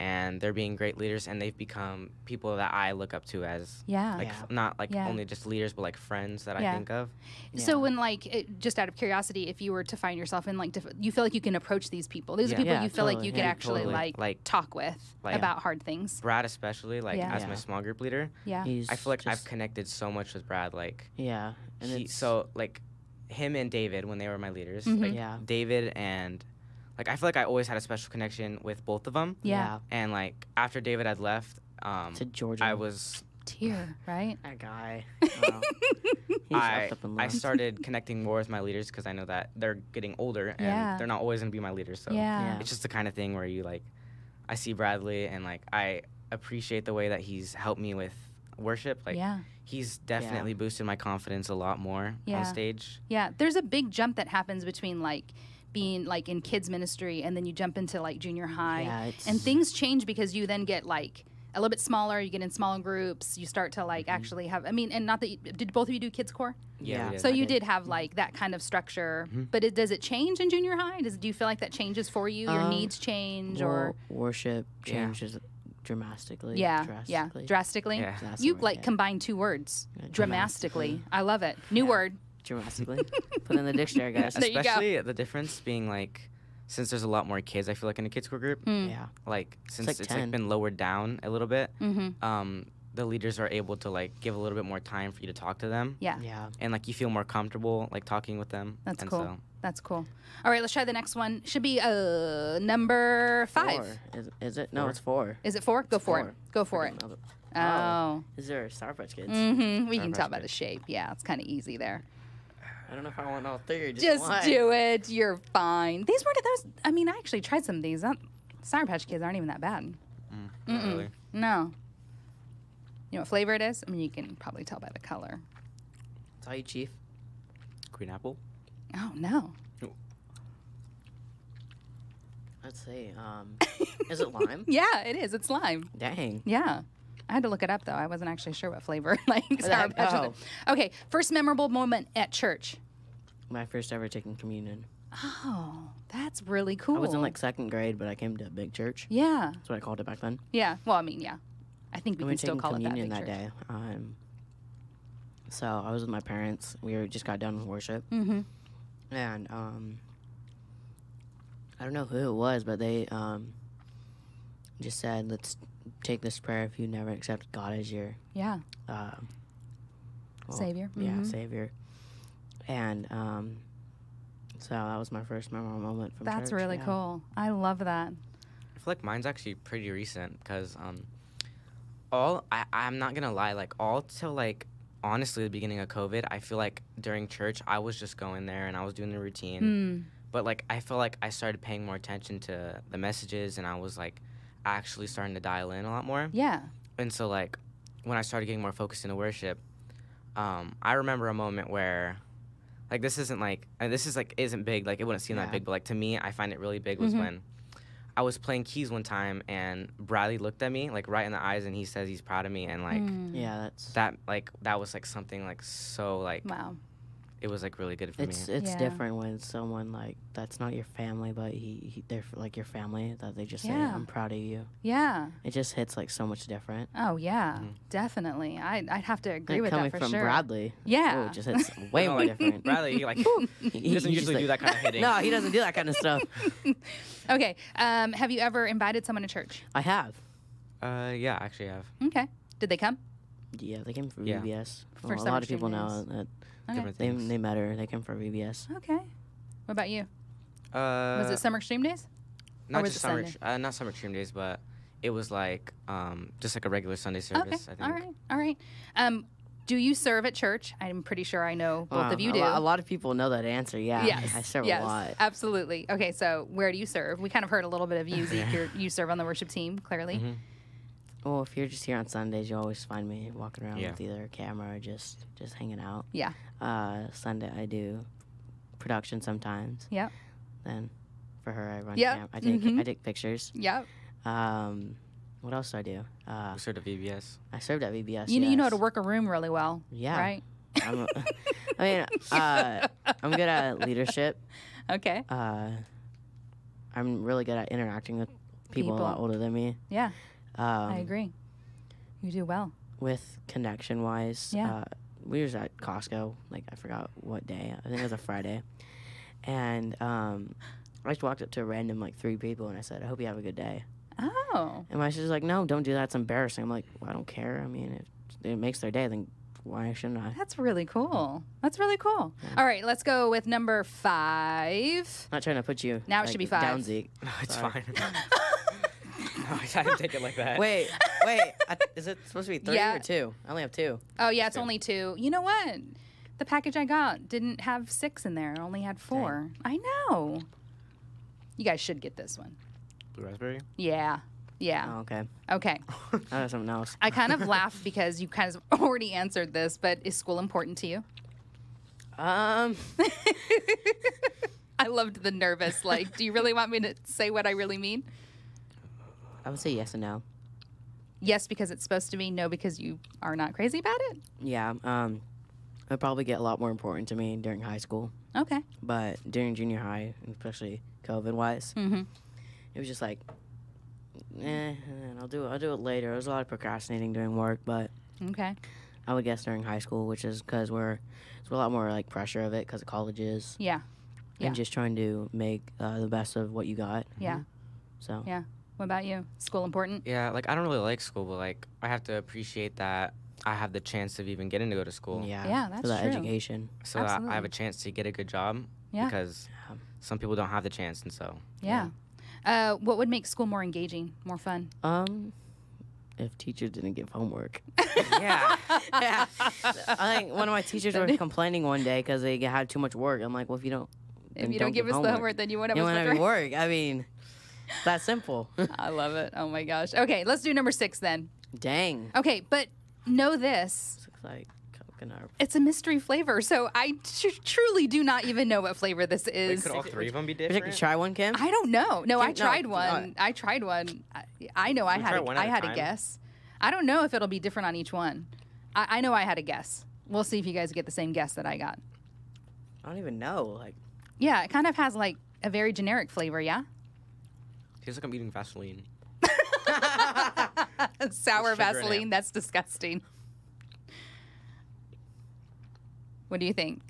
S4: and they're being great leaders, and they've become people that I look up to as.
S2: yeah.
S4: Like
S3: Yeah.
S4: f- not like
S2: Yeah.
S4: only just leaders, but like friends that
S2: Yeah.
S4: I think of.
S2: So
S3: Yeah.
S2: when like it, just out of curiosity, if you were to find yourself in like diff- you feel like you can approach these people. These are
S4: Yeah.
S2: people
S3: Yeah,
S2: you feel like
S3: totally.
S2: you could
S4: Yeah,
S2: actually
S4: totally.
S2: like
S4: Like-
S2: talk with
S4: like-
S2: about hard things.
S4: Brad, especially like
S2: Yeah.
S4: as my
S3: Yeah.
S4: small group leader,
S2: Yeah.
S3: He's
S4: I feel like I've
S3: just-
S4: connected so much with Brad. Like
S3: yeah, and
S4: he,
S3: it's
S4: so like him and David when they were my leaders,
S2: Mhm.
S4: like
S3: Yeah.
S4: David and like I feel like I always had a special connection with both of them.
S2: Yeah.
S4: And like after David had left, um,
S3: to Georgia.
S4: I was
S2: Tear, right?
S3: that guy. Wow. He just
S4: I,
S3: left up and
S4: I
S3: left.
S4: started connecting more with my leaders because I know that they're getting older and
S2: Yeah.
S4: they're not always gonna be my leaders. So
S2: yeah.
S3: Yeah.
S4: it's just the kind of thing where you like, I see Bradley and like I appreciate the way that he's helped me with worship. Like
S2: yeah.
S4: he's definitely boosted my confidence a lot more
S2: Yeah.
S4: on stage.
S2: Yeah. There's a big jump that happens between like being like in kids ministry and then you jump into like junior high.
S3: Yeah, it's,
S2: and things change because you then get like a little bit smaller, you get in smaller groups, you start to like actually have I mean, and not that you, did both of you do kids core?
S4: Yeah,
S3: Yeah.
S4: we did.
S2: So
S3: I
S2: you did
S3: did. Mm-hmm.
S2: have like that kind of structure, but it, does it change in junior high? Does do you feel like that changes for you? Your
S3: Um,
S2: needs change,
S3: well,
S2: or
S3: worship
S4: Yeah.
S3: changes dramatically.
S2: yeah, yeah,
S3: drastically.
S2: drastically.
S4: Yeah.
S3: That's the
S2: You
S3: word,
S2: like
S3: yeah.
S2: combine two words
S3: Yeah,
S2: dramatically. I love it. New
S3: Yeah.
S2: word.
S3: drastically. Put in the dictionary, guys.
S2: There you go.
S4: Especially the difference being like, since there's a lot more kids, I feel like in a kids core group,
S2: Mm.
S3: Yeah,
S4: like since
S3: like
S4: it's like
S3: 10.
S4: been lowered down a little bit,
S2: hmm
S4: um, the leaders are able to like give a little bit more time for you to talk to them,
S2: Yeah,
S3: yeah.
S4: and like you feel more comfortable like talking with them.
S2: That's
S4: and
S2: cool.
S4: So,
S2: that's cool. All right, let's try the next one. Should be uh number five.
S3: Four. Is, is it? No,
S4: Four.
S3: it's four.
S2: Is it four? Go for
S3: four.
S2: it. Go for it.
S3: Another-
S2: Oh,
S3: Is there a Star Patch Kids?
S2: hmm we
S4: Sorry,
S2: can
S4: Vice
S2: tell by
S4: Chair.
S2: the shape. Yeah, it's kind of easy there.
S3: I don't know if I want all three. Or just
S2: Just
S3: one.
S2: do it. You're fine. These weren't those. I mean, I actually tried some of these. That- Sour Patch Kids aren't even that bad.
S4: mm, not
S2: Mm-mm.
S4: really.
S2: No. You know what flavor it is? I mean, you can probably tell by the color.
S3: Saw you, Chief.
S4: Green apple.
S2: Oh no.
S3: Let's see. Um, is it lime?
S2: Yeah, it is. It's lime.
S3: Dang.
S2: Yeah. I had to look it up though. I wasn't actually sure what flavor like sour
S3: that-
S2: patch. was in.
S3: Oh.
S2: Okay, first memorable moment at church.
S3: My first ever taking communion.
S2: Oh, that's really cool.
S3: I was in like second grade, but I came to a big church.
S2: Yeah.
S3: That's what I called it back then.
S2: Yeah. Well, I mean, yeah. I think we
S3: we were
S2: can still
S3: taking
S2: call it that.
S3: communion
S2: big
S3: that,
S2: church.
S3: day. Um, so I was with my parents. We were, just got done with worship,
S2: Mhm.
S3: and um, I don't know who it was, but they um, just said, "Let's take this prayer if you never accept God as your
S2: Yeah.
S3: uh, well,
S2: Savior.
S3: Yeah,
S2: Mhm.
S3: savior." And um, so that was my first memorable moment from
S2: That's
S3: church,
S2: really
S3: yeah.
S2: cool. I love that.
S4: I feel like mine's actually pretty recent because um, all I, I'm not gonna lie, like all till like honestly the beginning of COVID, I feel like during church I was just going there and I was doing the routine,
S2: Mm.
S4: but like I feel like I started paying more attention to the messages and I was like actually starting to dial in a lot more.
S2: Yeah.
S4: and so like when I started getting more focused into worship, um, I remember a moment where like this isn't like and this is like isn't big like it wouldn't seem that
S3: Yeah. Mm-hmm.
S4: big but like to me I find it really big was
S2: Mhm.
S4: when I was playing keys one time and Bradley looked at me like right in the eyes and he says he's proud of me and like
S2: Mm.
S3: Yeah, that's
S4: that like that was like something like so like
S2: Wow.
S4: it was like really good for
S3: It's
S4: me.
S3: it's
S2: Yeah.
S3: different when someone like that's not your family, but he, he they're f- like your family that they just
S2: Yeah.
S3: say I'm proud of you.
S2: Yeah.
S3: It just hits like so much different.
S2: Oh yeah.
S4: Mhm.
S2: Definitely. I I'd have to agree
S3: Like,
S2: with that
S3: coming
S2: for
S3: from
S2: sure.
S3: Bradley, oh,
S2: yeah.
S3: it just hits way
S4: No,
S3: more
S4: like,
S3: different.
S4: Bradley he, like
S3: He-
S4: he doesn't
S3: he's just
S4: usually do
S3: like-
S4: that kind of hitting.
S3: No, he doesn't do that kind of stuff.
S2: okay. Um, have you ever invited someone to church?
S3: I have.
S4: Uh yeah, I actually have
S2: Okay. Did they come?
S3: Yeah, they came from
S4: Yeah.
S3: VBS. Well,
S2: For
S3: a lot
S2: summer
S3: of people know
S2: students.
S3: that
S2: Okay.
S4: different
S3: they,
S4: things.
S3: they met her. They came from VBS.
S2: Okay. What about you?
S4: uh,
S2: Was it summer extreme days?
S4: not
S2: was
S4: just
S2: it
S4: summer,
S2: Sunday?
S4: ex- uh, not summer extreme days, but it was like um, just like a regular Sunday
S2: Okay.
S4: service. I think.
S2: All right. All right. Um, do you serve at church? I'm pretty sure I know both
S3: Um,
S2: of you
S3: a,
S2: do.
S3: lo- A lot of people know that answer. Yeah,
S2: Yes.
S3: I serve
S2: yes,
S3: a lot.
S2: Absolutely. Okay, so where do you serve? We kind of heard a little bit of you, Zeke.
S4: Yeah.
S2: You're, you serve on the worship team, clearly.
S4: Mhm.
S3: Well, if you're just here on Sundays, you always find me walking around
S4: Yeah.
S3: with either a camera or just just hanging out.
S2: Yeah.
S3: Uh, Sunday I do production sometimes.
S2: Yep.
S3: Then for her I run
S2: Yep.
S3: cam- I take
S2: Mhm.
S3: I take pictures.
S2: Yep.
S3: Um, what else do I do? Uh,
S4: We served at VBS.
S3: I served at VBS.
S2: you, know, you know how to
S3: yes.
S2: work a room really well,
S3: Yeah.
S2: right?
S3: I'm a, I mean, uh, I'm good at leadership.
S2: Okay.
S3: Uh, I'm really good at interacting with people, a lot
S2: People.
S3: older than me.
S2: Yeah,
S3: Um,
S2: I agree. You do well.
S3: with connection wise.
S2: Yeah.
S3: Uh, we was at Costco, like I forgot what day. I think it was a Friday. And um, I just walked up to a random like three people and I said, I hope you have a good day.
S2: Oh,
S3: And my sister's like, No, don't do that. It's embarrassing. I'm like, well, I don't care. I mean, if it makes their day, then why shouldn't I?
S2: that's really cool. That's really cool. All right, let's go with number five.
S3: not trying to put you
S2: Now it should
S3: like,
S2: be five.
S3: down, Zeke.
S4: No, it's
S3: Sorry.
S4: fine. no, I didn't take it like that.
S3: Wait, wait. I, is it supposed to be three
S2: Yeah.
S3: or two? I only have two.
S2: Oh, yeah, it's
S4: Two.
S2: only two. You know what? The package I got didn't have six in there, it only had four. I know. You guys should get this one.
S4: Blue raspberry.
S2: Yeah. Yeah.
S3: Oh, okay.
S2: Okay.
S3: I have something else.
S2: I kind of laugh because you kind of already answered this, but is school important to you?
S3: Um,
S2: I loved the nervous, like, do you really want me to say what I really mean?
S3: I would say yes and no.
S2: Yes, because it's supposed to be. No, because you are not crazy about it.
S3: Yeah. Um, it'd probably get a lot more important to me during high school.
S2: Okay.
S3: But during junior high, especially COVID wise,
S2: Mm-hmm.
S3: it was just like, eh, eh, I'll do it. I'll do it later. There was a lot of procrastinating during work, but
S2: Okay.
S3: I would guess during high school, which is because we're it's a lot more like pressure of it because of colleges
S2: Yeah. Yeah.
S3: and just trying to make uh, the best of what you got.
S2: Yeah.
S3: So
S2: Yeah. What about you? School important?
S4: Yeah, like I don't really like school, but like I have to appreciate that I have the chance of even getting to go to school.
S3: yeah,
S2: Yeah,
S3: for
S2: that's
S3: that
S2: true.
S3: education.
S4: So that I have
S2: Absolutely.
S4: a chance to get a good job.
S2: Yeah.
S4: Because
S3: Yeah.
S4: some people don't have the chance, and so
S2: Yeah. Uh, what would make school more engaging, more fun?
S3: Um, if teachers didn't give homework.
S4: yeah.
S3: yeah. I think one of my teachers were complaining one day because they had too much work. I'm like, well, if you don't,
S2: If
S3: then
S2: you don't, give us the homework, then you won't have
S3: you
S2: us
S3: don't
S2: the
S3: have
S2: homework.
S3: any work. I mean, it's that simple.
S2: I love it. Oh my gosh. Okay, let's do number six then.
S3: Dang.
S2: Okay, but know this.
S3: It's like, come gonna.
S2: It's a mystery flavor, so I tr- truly do not even know what flavor this
S4: Wait,
S2: is.
S4: could all three of them be
S3: Would you like to
S4: different?
S3: try one, Kim?
S2: I don't know. No, I
S3: Think- no,
S2: tried
S3: no,
S2: one. I tried one. I, I know I
S4: You
S2: had
S4: try
S2: a,
S4: one
S2: I
S4: at a
S2: had a
S4: time?
S2: guess. I don't know if it'll be different on each one. I, I know I had a guess. We'll see if you guys get the same guess that I got.
S3: I don't even know. Like,
S2: Yeah, it kind of has like a very generic flavor. Yeah,
S4: Tastes like I'm eating Vaseline.
S2: sour
S4: With sugar in it.
S2: Vaseline. That's disgusting. What do you think?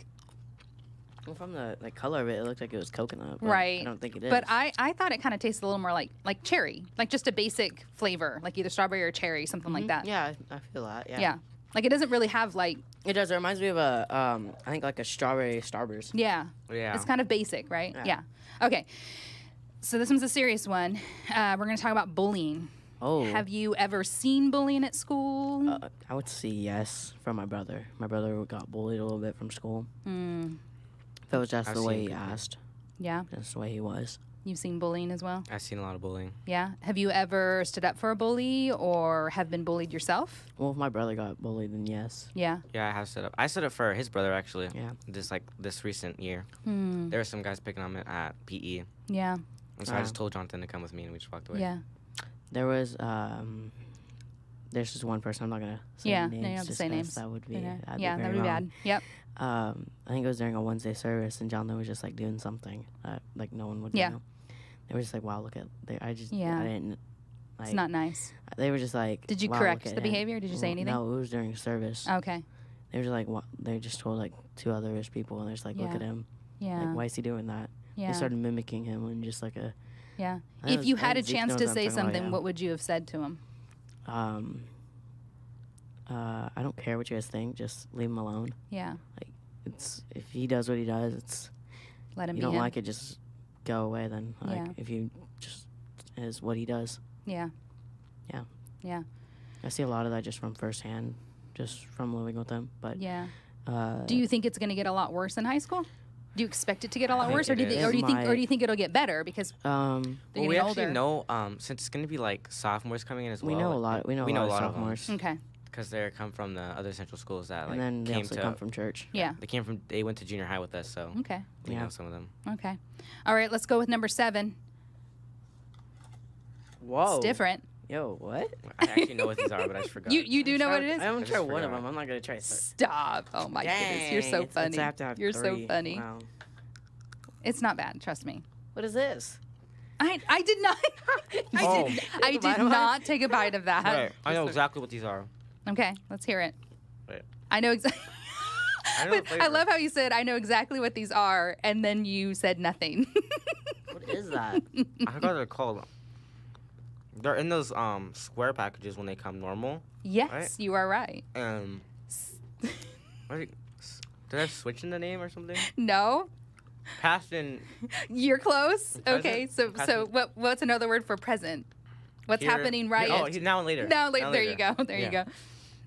S3: well, from the like color of it, it looked like it was coconut. but
S2: Right.
S3: I don't think it is.
S2: But I, I thought it kind of tasted a little more like like cherry, like just a basic flavor, like either strawberry or cherry, something like that.
S3: Mm-hmm. Yeah, I, I feel that. Yeah.
S2: yeah. Like it doesn't really have like
S3: It does. It reminds me of a um, I think like a strawberry starburst.
S2: yeah.
S4: Yeah.
S2: It's kind of basic, right? Yeah.
S3: Yeah.
S2: Okay. So this one's a serious one. Uh, we're going to talk about bullying.
S3: Oh.
S2: Have you ever seen bullying at school?
S3: Uh, I would say yes from my brother. My brother got bullied a little bit from school.
S2: Mm,
S3: If it was just
S4: I've
S3: the
S4: seen
S3: way he
S4: people.
S3: asked,
S2: yeah.
S3: just the way he was.
S2: You've seen bullying as well?
S4: I've seen a lot of bullying.
S2: Yeah. Have you ever stood up for a bully or have been bullied yourself?
S3: Well, if my brother got bullied, then yes.
S2: Yeah.
S4: Yeah, I have stood up. I stood up for his brother actually.
S3: Yeah.
S4: This like this recent year,
S2: Hmm.
S4: there were some guys picking on me at PE,
S2: Yeah.
S4: and so I
S3: Wow.
S4: just told Jonathan to come with me, and we just walked away.
S2: Yeah.
S3: There was um, there's just one person. I'm not gonna say
S2: Yeah, no, you
S3: names.
S2: don't have to
S3: just
S2: say
S3: 'cause
S2: names.
S3: That would be
S2: You know?
S3: that'd
S2: yeah, that
S3: be very
S2: would be
S3: wrong.
S2: bad. Yep.
S3: um, I think it was during a Wednesday service, and John Lynn was just like doing something that like no one would
S2: Yeah.
S3: know. They were just like, "Wow, look at!" They, I just,
S2: Yeah.
S3: I didn't. Like,
S2: It's not nice.
S3: They were just like,
S2: Did you
S3: "Wow, look
S2: correct
S3: at
S2: the
S3: him."
S2: behavior? Did you say
S3: Well,
S2: anything? Oh.
S3: No, it was during service.
S2: Okay.
S3: They were just like, "Wha- They just told like two other people, and they're just like,
S2: Yeah.
S3: "Look at him!
S2: Yeah.
S3: Like, why is he doing that?"
S2: yeah.
S3: They started mimicking him and just like a.
S2: Yeah.
S3: I
S2: If
S3: was-
S2: you
S3: I
S2: had a
S3: think Zeke
S2: chance
S3: knows
S2: to
S3: what I'm
S2: say
S3: talking about,
S2: something,
S3: yeah.
S2: what would you have said to him?
S3: Um. Uh, I don't care what you guys think. Just leave him alone.
S2: Yeah.
S3: It's if he does what he does, it's
S2: Let him
S3: you
S2: be
S3: don't
S2: him.
S3: like it, just go away. Then like
S2: Yeah.
S3: if you just is what he does.
S2: Yeah.
S3: I see a lot of that just from firsthand, just from living with him. But
S2: Yeah.
S3: uh,
S2: Do you think it's going to get a lot worse in high school? Do you expect it to get a
S4: I
S2: lot
S4: think
S2: worse, or
S4: it
S2: do you think,
S4: is.
S2: or do you think, or
S3: My-
S2: do you think it'll get better because
S3: um
S2: they're
S4: Well, we
S2: getting
S4: actually
S2: older?
S4: know um, since it's gonna be like sophomores coming in as
S3: we
S4: well.
S3: know a lot. We know, a, lot of sophomores,
S2: Okay.
S4: because they come from the other central schools that like
S3: and then they
S4: came
S3: also
S4: to.
S3: come from church.
S2: Yeah.
S4: they came from. They went to junior high with us, so
S2: Okay.
S4: we
S3: Yeah.
S4: know some of them.
S2: Okay. All right. Let's go with number seven.
S4: Oh.
S3: Whoa,
S2: It's different.
S3: Yo, what?
S4: I actually know what these are, but I just forgot.
S2: You you do know what it
S3: I
S2: is?
S3: don't
S4: I
S3: try
S4: just
S3: one of
S4: forgot.
S3: them. I'm not gonna try. s-
S2: Stop. Oh my goodness. You're so
S3: Dang, it's- it's-
S2: funny.
S3: I have to have
S2: You're so
S3: three.
S2: funny.
S3: Wow.
S2: It's not bad. Trust me.
S3: What is this?
S2: I I did not. I
S4: Oh.
S2: did. I
S3: Take a bite
S2: did
S3: of mine?
S2: not take a bite of that.
S4: Right, I know exactly what these are.
S2: Okay, let's hear it.
S4: Wait.
S2: I know exactly.
S4: I know the
S2: but I
S4: flavor.
S2: love how you said I know exactly what these are, and then you said nothing.
S3: What is that?
S4: I forgot what they're called. They're in those um square packages when they come normal.
S2: yes,
S4: Right.
S2: you are right.
S4: Um, what are you- s- did I switch in the name or something?
S2: No,
S4: Past and
S2: you're close.
S4: Present?
S2: Okay, so so
S4: Present?
S2: what what's another word for present? What's
S4: here-
S2: happening right
S4: Oh, he- now and later.
S2: now? Like,
S4: Now and
S2: there you go. There
S4: Yeah.
S2: you go.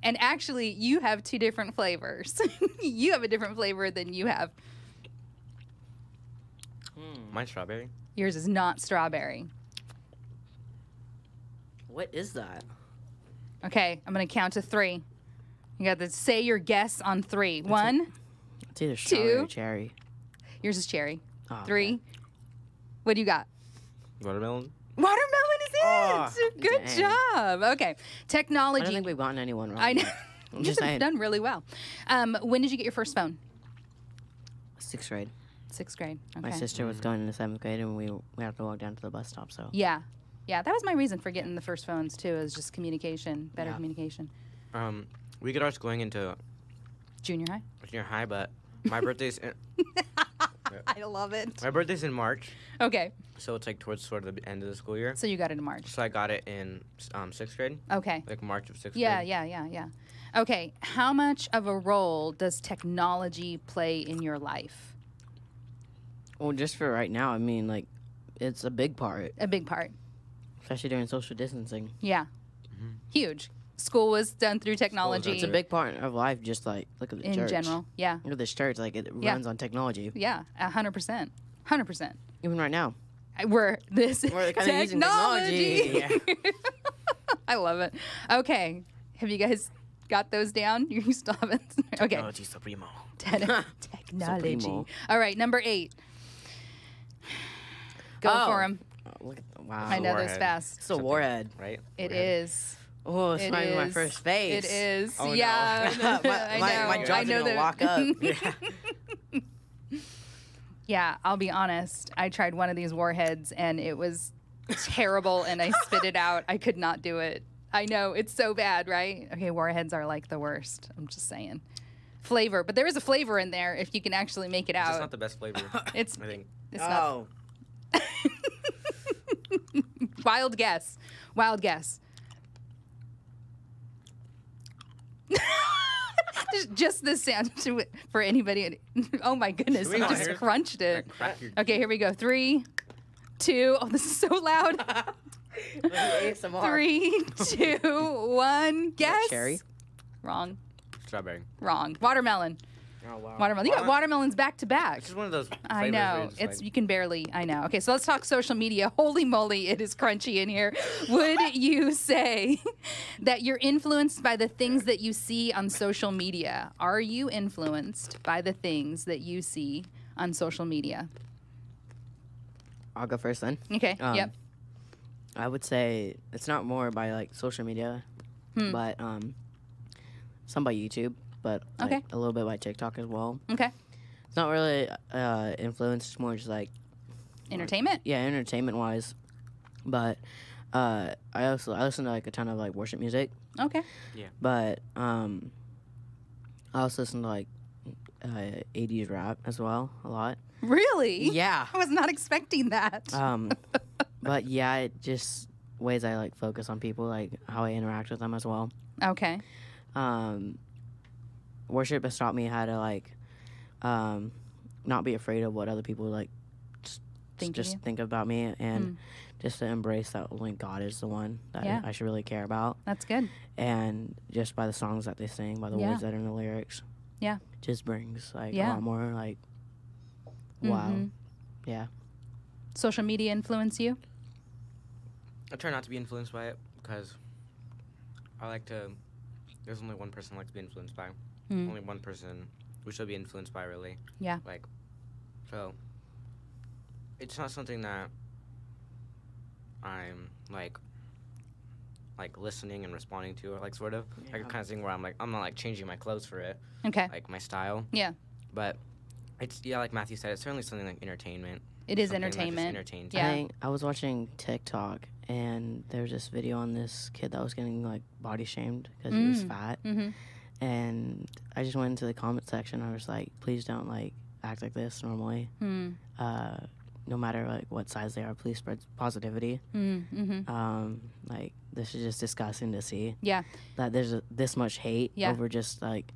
S2: And actually, you have two different flavors. you have a different flavor than you have.
S3: Hmm.
S4: Mine's strawberry.
S2: Yours is not strawberry.
S3: What is that?
S2: Okay, I'm gonna count to three. You got to say your guess on three. One.
S3: It's either strawberry
S2: Two.
S3: or cherry.
S2: Yours is cherry.
S3: Oh, man.
S2: Three. What do you got?
S4: Watermelon.
S2: Watermelon is it.
S4: Ah,
S2: Good
S3: dang.
S2: job. Okay.
S3: I don't
S2: Technology.
S3: think we've gotten anyone wrong.
S2: I know.
S3: yet. I'm
S2: You've
S3: just saying.
S2: done really well. Um, when did you get your first phone?
S3: Sixth grade.
S2: Sixth grade. Okay.
S3: My sister was going into seventh grade, and we we had to walk down to the bus stop. So
S2: Yeah. Yeah, that was my reason for getting the first phones too. Is just communication, better
S3: Yeah.
S2: communication.
S4: Um, we get ours going into
S2: Junior high.
S4: junior high, but my birthday's in,
S2: I love it.
S4: my birthday's in March,
S2: Okay,
S4: so it's like towards sort of the end of the school year.
S2: so you got it in March.
S4: So I got it in um, sixth grade,
S2: Okay.
S4: like March of sixth
S2: Yeah,
S4: grade.
S2: yeah, yeah, yeah. Okay, how much of a role does technology play in your life?
S3: well, just for right now, I mean, like, it's a big part,
S2: A big part.
S3: especially during social distancing.
S2: Yeah.
S3: Mm-hmm.
S2: Huge. School was done through technology
S3: It's a big part of life. Just like look at the
S2: in
S3: church.
S2: general. Yeah.
S3: Look at this church. Like it
S2: Yeah.
S3: runs on technology.
S2: Yeah. A hundred percent. Hundred percent.
S3: Even right now.
S2: I- We're this
S3: We're kinda using
S2: technology.
S3: technology.
S2: I love it. Okay. Have you guys Got those down? You still haven't? Okay.
S4: Technology supremo.
S2: Te- Technology.
S3: Supremo.
S2: All right, number eight. Go
S3: Oh.
S2: for him.
S3: Oh, look at wow.
S2: I know those
S4: warhead.
S2: fast.
S3: It's a warhead.
S4: Right?
S2: It is.
S3: Oh, it's
S2: It
S3: not even my
S2: is.
S3: first face.
S2: It is.
S4: Oh, no.
S2: yeah.
S3: my,
S2: I
S3: my-
S2: know.
S3: my
S2: I
S3: jaw's
S2: know that.
S3: gonna lock up.
S2: Yeah, I'll be honest. I tried one of these warheads and it was terrible and I spit it out. I could not do it. I know, it's so bad, right? Okay, warheads are like the worst. I'm just saying. Flavor, but there is a flavor in there if you can actually make it
S4: It's just
S2: out.
S4: not the best flavor. I
S2: It's
S4: think.
S2: it's not.
S3: oh,
S2: Wild guess. Wild guess. Just- Just this sound to, for anybody. Oh my goodness!
S4: Do we
S2: I
S4: not
S2: just
S4: hear-
S2: crunched it.
S4: That crack your-
S2: Okay, here we go. Three, two. Oh, this is so loud.
S3: ASMR.
S2: Three, two, one. Guess.
S3: cherry?
S2: Wrong.
S4: Strawberry.
S2: Wrong. Watermelon.
S3: Oh, wow.
S2: Watermelon. You got
S4: Water-
S2: watermelons back to back.
S4: It's just one of those. Flavors
S2: I
S4: where
S2: know.
S4: you're just
S2: It's
S4: like,
S2: you can barely. I know. Okay, so let's talk social media. Holy moly, it is crunchy in here. Would you say that you're influenced by the things that you see on social media? Are you influenced by the things that you see on social media?
S3: I'll go first then.
S2: Okay.
S3: Um,
S2: yep.
S3: I would say it's not more by like social media,
S2: Hmm.
S3: but um, some by YouTube, but like,
S2: Okay.
S3: a little bit by TikTok as well.
S2: Okay.
S3: It's not really uh, influence; it's more just like
S2: Entertainment.
S3: yeah, entertainment wise. But uh, I also I listen to like a ton of like worship music,
S2: Okay.
S3: but um, I also listen to like uh, 80s rap as well a lot.
S2: Really?
S3: Yeah.
S2: I was not expecting that.
S3: Um, but yeah, it just ways I like focus on people, like how I interact with them as well.
S2: okay.
S3: um, worship has taught me how to like um, not be afraid of what other people like just,
S2: Think of
S3: just
S2: you.
S3: think about me and
S2: Mm.
S3: just to embrace that only God is the one that
S2: Yeah.
S3: I should really care about
S2: That's good.
S3: and just by the songs that they sing by the
S2: Yeah.
S3: words that are in the lyrics
S2: Yeah.
S3: just brings like
S2: Yeah.
S3: a lot more like wow
S2: Mhm.
S3: yeah
S2: Social media influence you?
S4: I try not to be influenced by it because I like to. There's only one person I like to be influenced by.
S2: Mm.
S4: Only one person we should be influenced by, really.
S2: Yeah.
S4: Like, so it's not something that I'm like, like listening and responding to, or like sort of like a
S3: Yeah.
S4: kind of thing where I'm like, I'm not like changing my clothes for it,
S2: Okay.
S4: like my style.
S2: Yeah.
S4: But it's yeah, like Matthew said, it's certainly something like entertainment.
S2: It is
S4: something that just
S2: entertainment.
S4: entertains
S2: Yeah.
S3: I, think I was watching TikTok and there was this video on this kid that was getting like body shamed because he was
S2: Mm.
S3: fat
S2: hmm
S3: and I just went into the comment section. I was like, please don't like act like this normally.
S2: Mm-hmm.
S3: Uh, no matter like what size they are, please spread positivity.
S2: Mm-hmm.
S3: Um, like this is just disgusting to see.
S2: Yeah.
S3: that there's a, this much hate
S2: Yeah.
S3: over just like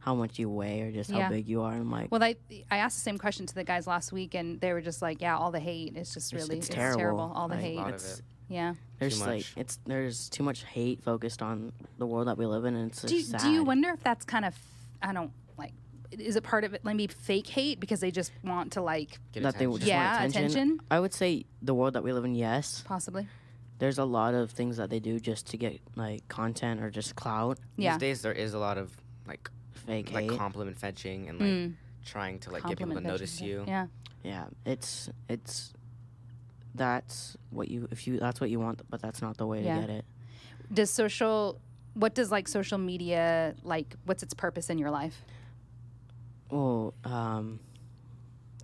S3: how much you weigh or just how
S2: Yeah.
S3: big you are. I'm like,
S2: Well, I I asked the same question to the guys last week, and they were just like, "Yeah, all the hate. It's just
S3: It's-
S2: really
S3: it's terrible.
S2: All the
S3: Like,
S2: hate.
S4: lot of
S3: it's,
S4: it.
S2: yeah.
S3: there's like
S4: much.
S3: it's there's too much hate focused on the world that we live in, and it's
S2: Do you,
S3: just sad.
S2: do you wonder if that's kind of I don't like is it part of it like maybe fake hate because they just want to like
S4: Get
S3: that they
S4: attention.
S3: just
S2: yeah
S3: want attention.
S2: attention
S3: I would say the world that we live in, yes,
S2: possibly
S3: there's a lot of things that they do just to get like content or just clout,
S2: yeah
S4: These days there is a lot of like
S3: fake
S4: like
S3: hate.
S4: compliment fetching and like
S2: Mm.
S4: trying to like get people to
S2: Compliment
S4: notice
S2: fetching,
S4: you.
S2: yeah
S3: yeah, it's it's that's what you if you that's what you want, but that's not the way
S2: Yeah.
S3: to get it.
S2: does social what does like social media like what's its purpose in your life
S3: Well, um,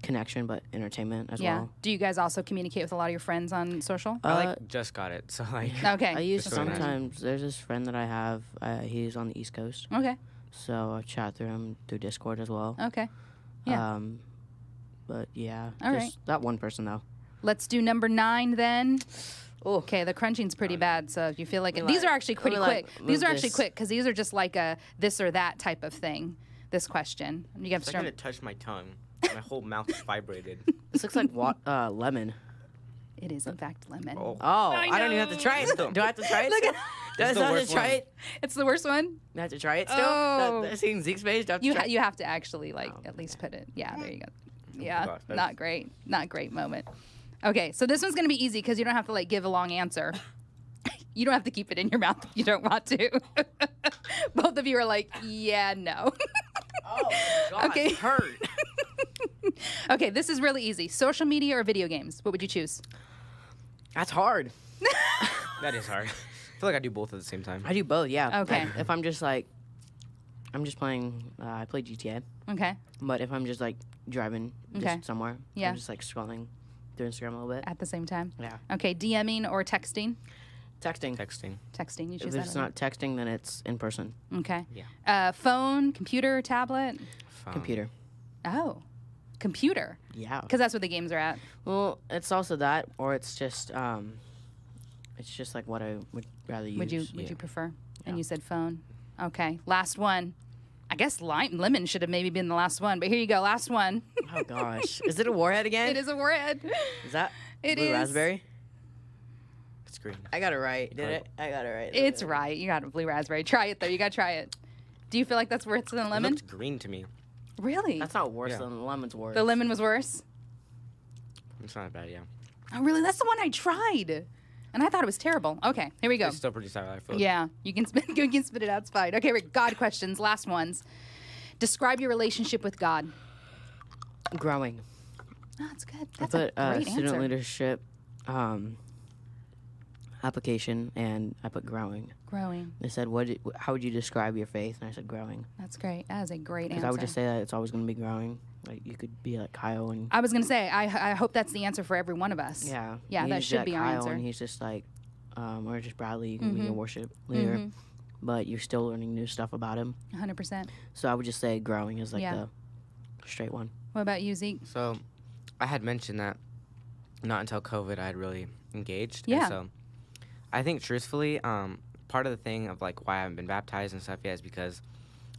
S3: connection, but entertainment as
S2: yeah
S3: well.
S2: do you guys also communicate with a lot of your friends on social
S3: Uh,
S4: I like just got it, so like
S2: okay
S3: I use
S4: Just so nice.
S3: sometimes. There's this friend that I have. Uh, he's on the East Coast,
S2: okay
S3: so I chat through him through Discord as well.
S2: okay yeah.
S3: Um, but yeah,
S2: All right.
S3: just that one person though.
S2: let's do number nine then
S3: Oh,
S2: okay the crunching's pretty bad so if you feel like it,
S3: me
S2: these are
S3: like-
S2: actually
S3: let
S2: pretty
S3: me, like,
S2: quick these
S3: move
S2: are actually
S3: this.
S2: quick because these are just like a this or that type of thing this question you have
S4: It's
S2: to
S4: like I
S2: remember-
S4: touched my tongue. My whole mouth vibrated.
S3: this looks like wa- uh, lemon.
S2: it is in fact lemon
S4: Oh,
S3: Oh, I, don't even have to try it.
S4: know.
S3: Do I have to try it?
S2: Look
S3: still?
S2: at-
S3: Do I
S4: It's the
S3: still have
S4: worst
S3: to try
S4: one.
S3: it?
S2: it's the worst one
S3: Do I have to try it still?
S2: Oh.
S3: That- that- seeing Zeke's face, do I have to
S2: You
S3: try
S2: ha-
S3: it?
S2: you have to actually like
S3: Oh,
S2: at least put it. Yeah, there you go.
S4: my
S2: Yeah,
S4: gosh, that's-
S2: not great. Not great moment. Okay, so this one's gonna be easy because you don't have to like give a long answer. You don't have to keep it in your mouth if you don't want to. Both of you are like, yeah, no.
S4: Oh,
S2: God, Okay. it
S4: Hurt.
S2: Okay, this is really easy. Social media or video games? What would you choose?
S4: That's hard. that is hard. I feel like I do both at the same time.
S3: I do both, yeah.
S2: Okay.
S3: If I'm just like, I'm just playing, uh, I play GTA,
S2: Okay.
S3: but if I'm just like driving just
S2: Okay.
S3: somewhere,
S2: Yeah. Uh,
S3: I'm just like scrolling through Instagram a little bit.
S2: At the same time?
S3: Yeah.
S2: Okay, DMing or texting?
S3: Texting.
S4: Texting.
S2: Texting, you choose
S3: If
S2: that.
S3: it's
S2: I
S3: not texting, then it's in person.
S2: think. Okay.
S4: Yeah.
S2: Uh, phone, computer, tablet?
S4: Phone.
S3: Computer.
S2: Oh, computer.
S3: Yeah.
S2: Because that's what the games are at.
S3: Well, it's also that, or it's just, um, it's just like what I would rather use.
S2: Would you would
S4: yeah.
S2: you prefer? And you said phone. Okay. Last one. I guess lime lemon should have maybe been the last one, but here you go. Last one.
S3: Oh gosh, is it a warhead again?
S2: it is a word.
S3: Is that
S2: It
S3: blue
S2: is.
S3: raspberry?
S4: It's green.
S3: I got it right. Did
S4: Purple.
S3: it? I got it right.
S2: It's right. You got a blue raspberry. Try it though. You gotta try it. Do you feel like that's worse than
S4: It
S2: lemon?
S4: looks green to me.
S2: Really?
S3: That's not worse
S4: Yeah.
S3: than lemon's worse.
S2: the lemon was worse.
S4: It's not bad, yeah.
S2: Oh really? That's the one I tried, and I thought it was terrible. Okay, here we go.
S4: It's still pretty sour. I feel.
S2: Oh. Yeah, you can spit. You can spit it out. It's fine. Okay, Rick, God questions. Last ones. Describe your relationship with God.
S3: growing.
S2: Oh, that's good.
S3: I
S2: That's
S3: put
S2: a
S3: uh,
S2: great
S3: student
S2: answer.
S3: leadership um, application, and I put growing.
S2: Growing.
S3: They said, "What? do- How would you describe your faith?" And I said, "Growing,"
S2: That's great. That is a great
S3: because
S2: answer.
S3: I would just say that it's always going to be growing. Like you could be like Kyle, and
S2: I was gonna say, I, I hope that's the answer for every one of us.
S3: yeah,
S2: Yeah,
S3: you
S2: that
S3: could just
S2: should
S3: like
S2: be our
S3: Kyle,
S2: answer. Mm-hmm.
S3: And he's just like, um, or just Bradley. You can be a worship leader,
S2: Mhm.
S3: but you're still learning new stuff about him.
S2: 100%.
S3: So I would just say growing is like
S2: Yeah.
S3: the straight one.
S2: What about you, Zeke?
S4: So, I had mentioned that not until COVID I had really engaged.
S2: Yeah.
S4: And so, I think truthfully, um, part of the thing of like why I haven't been baptized and stuff yet is because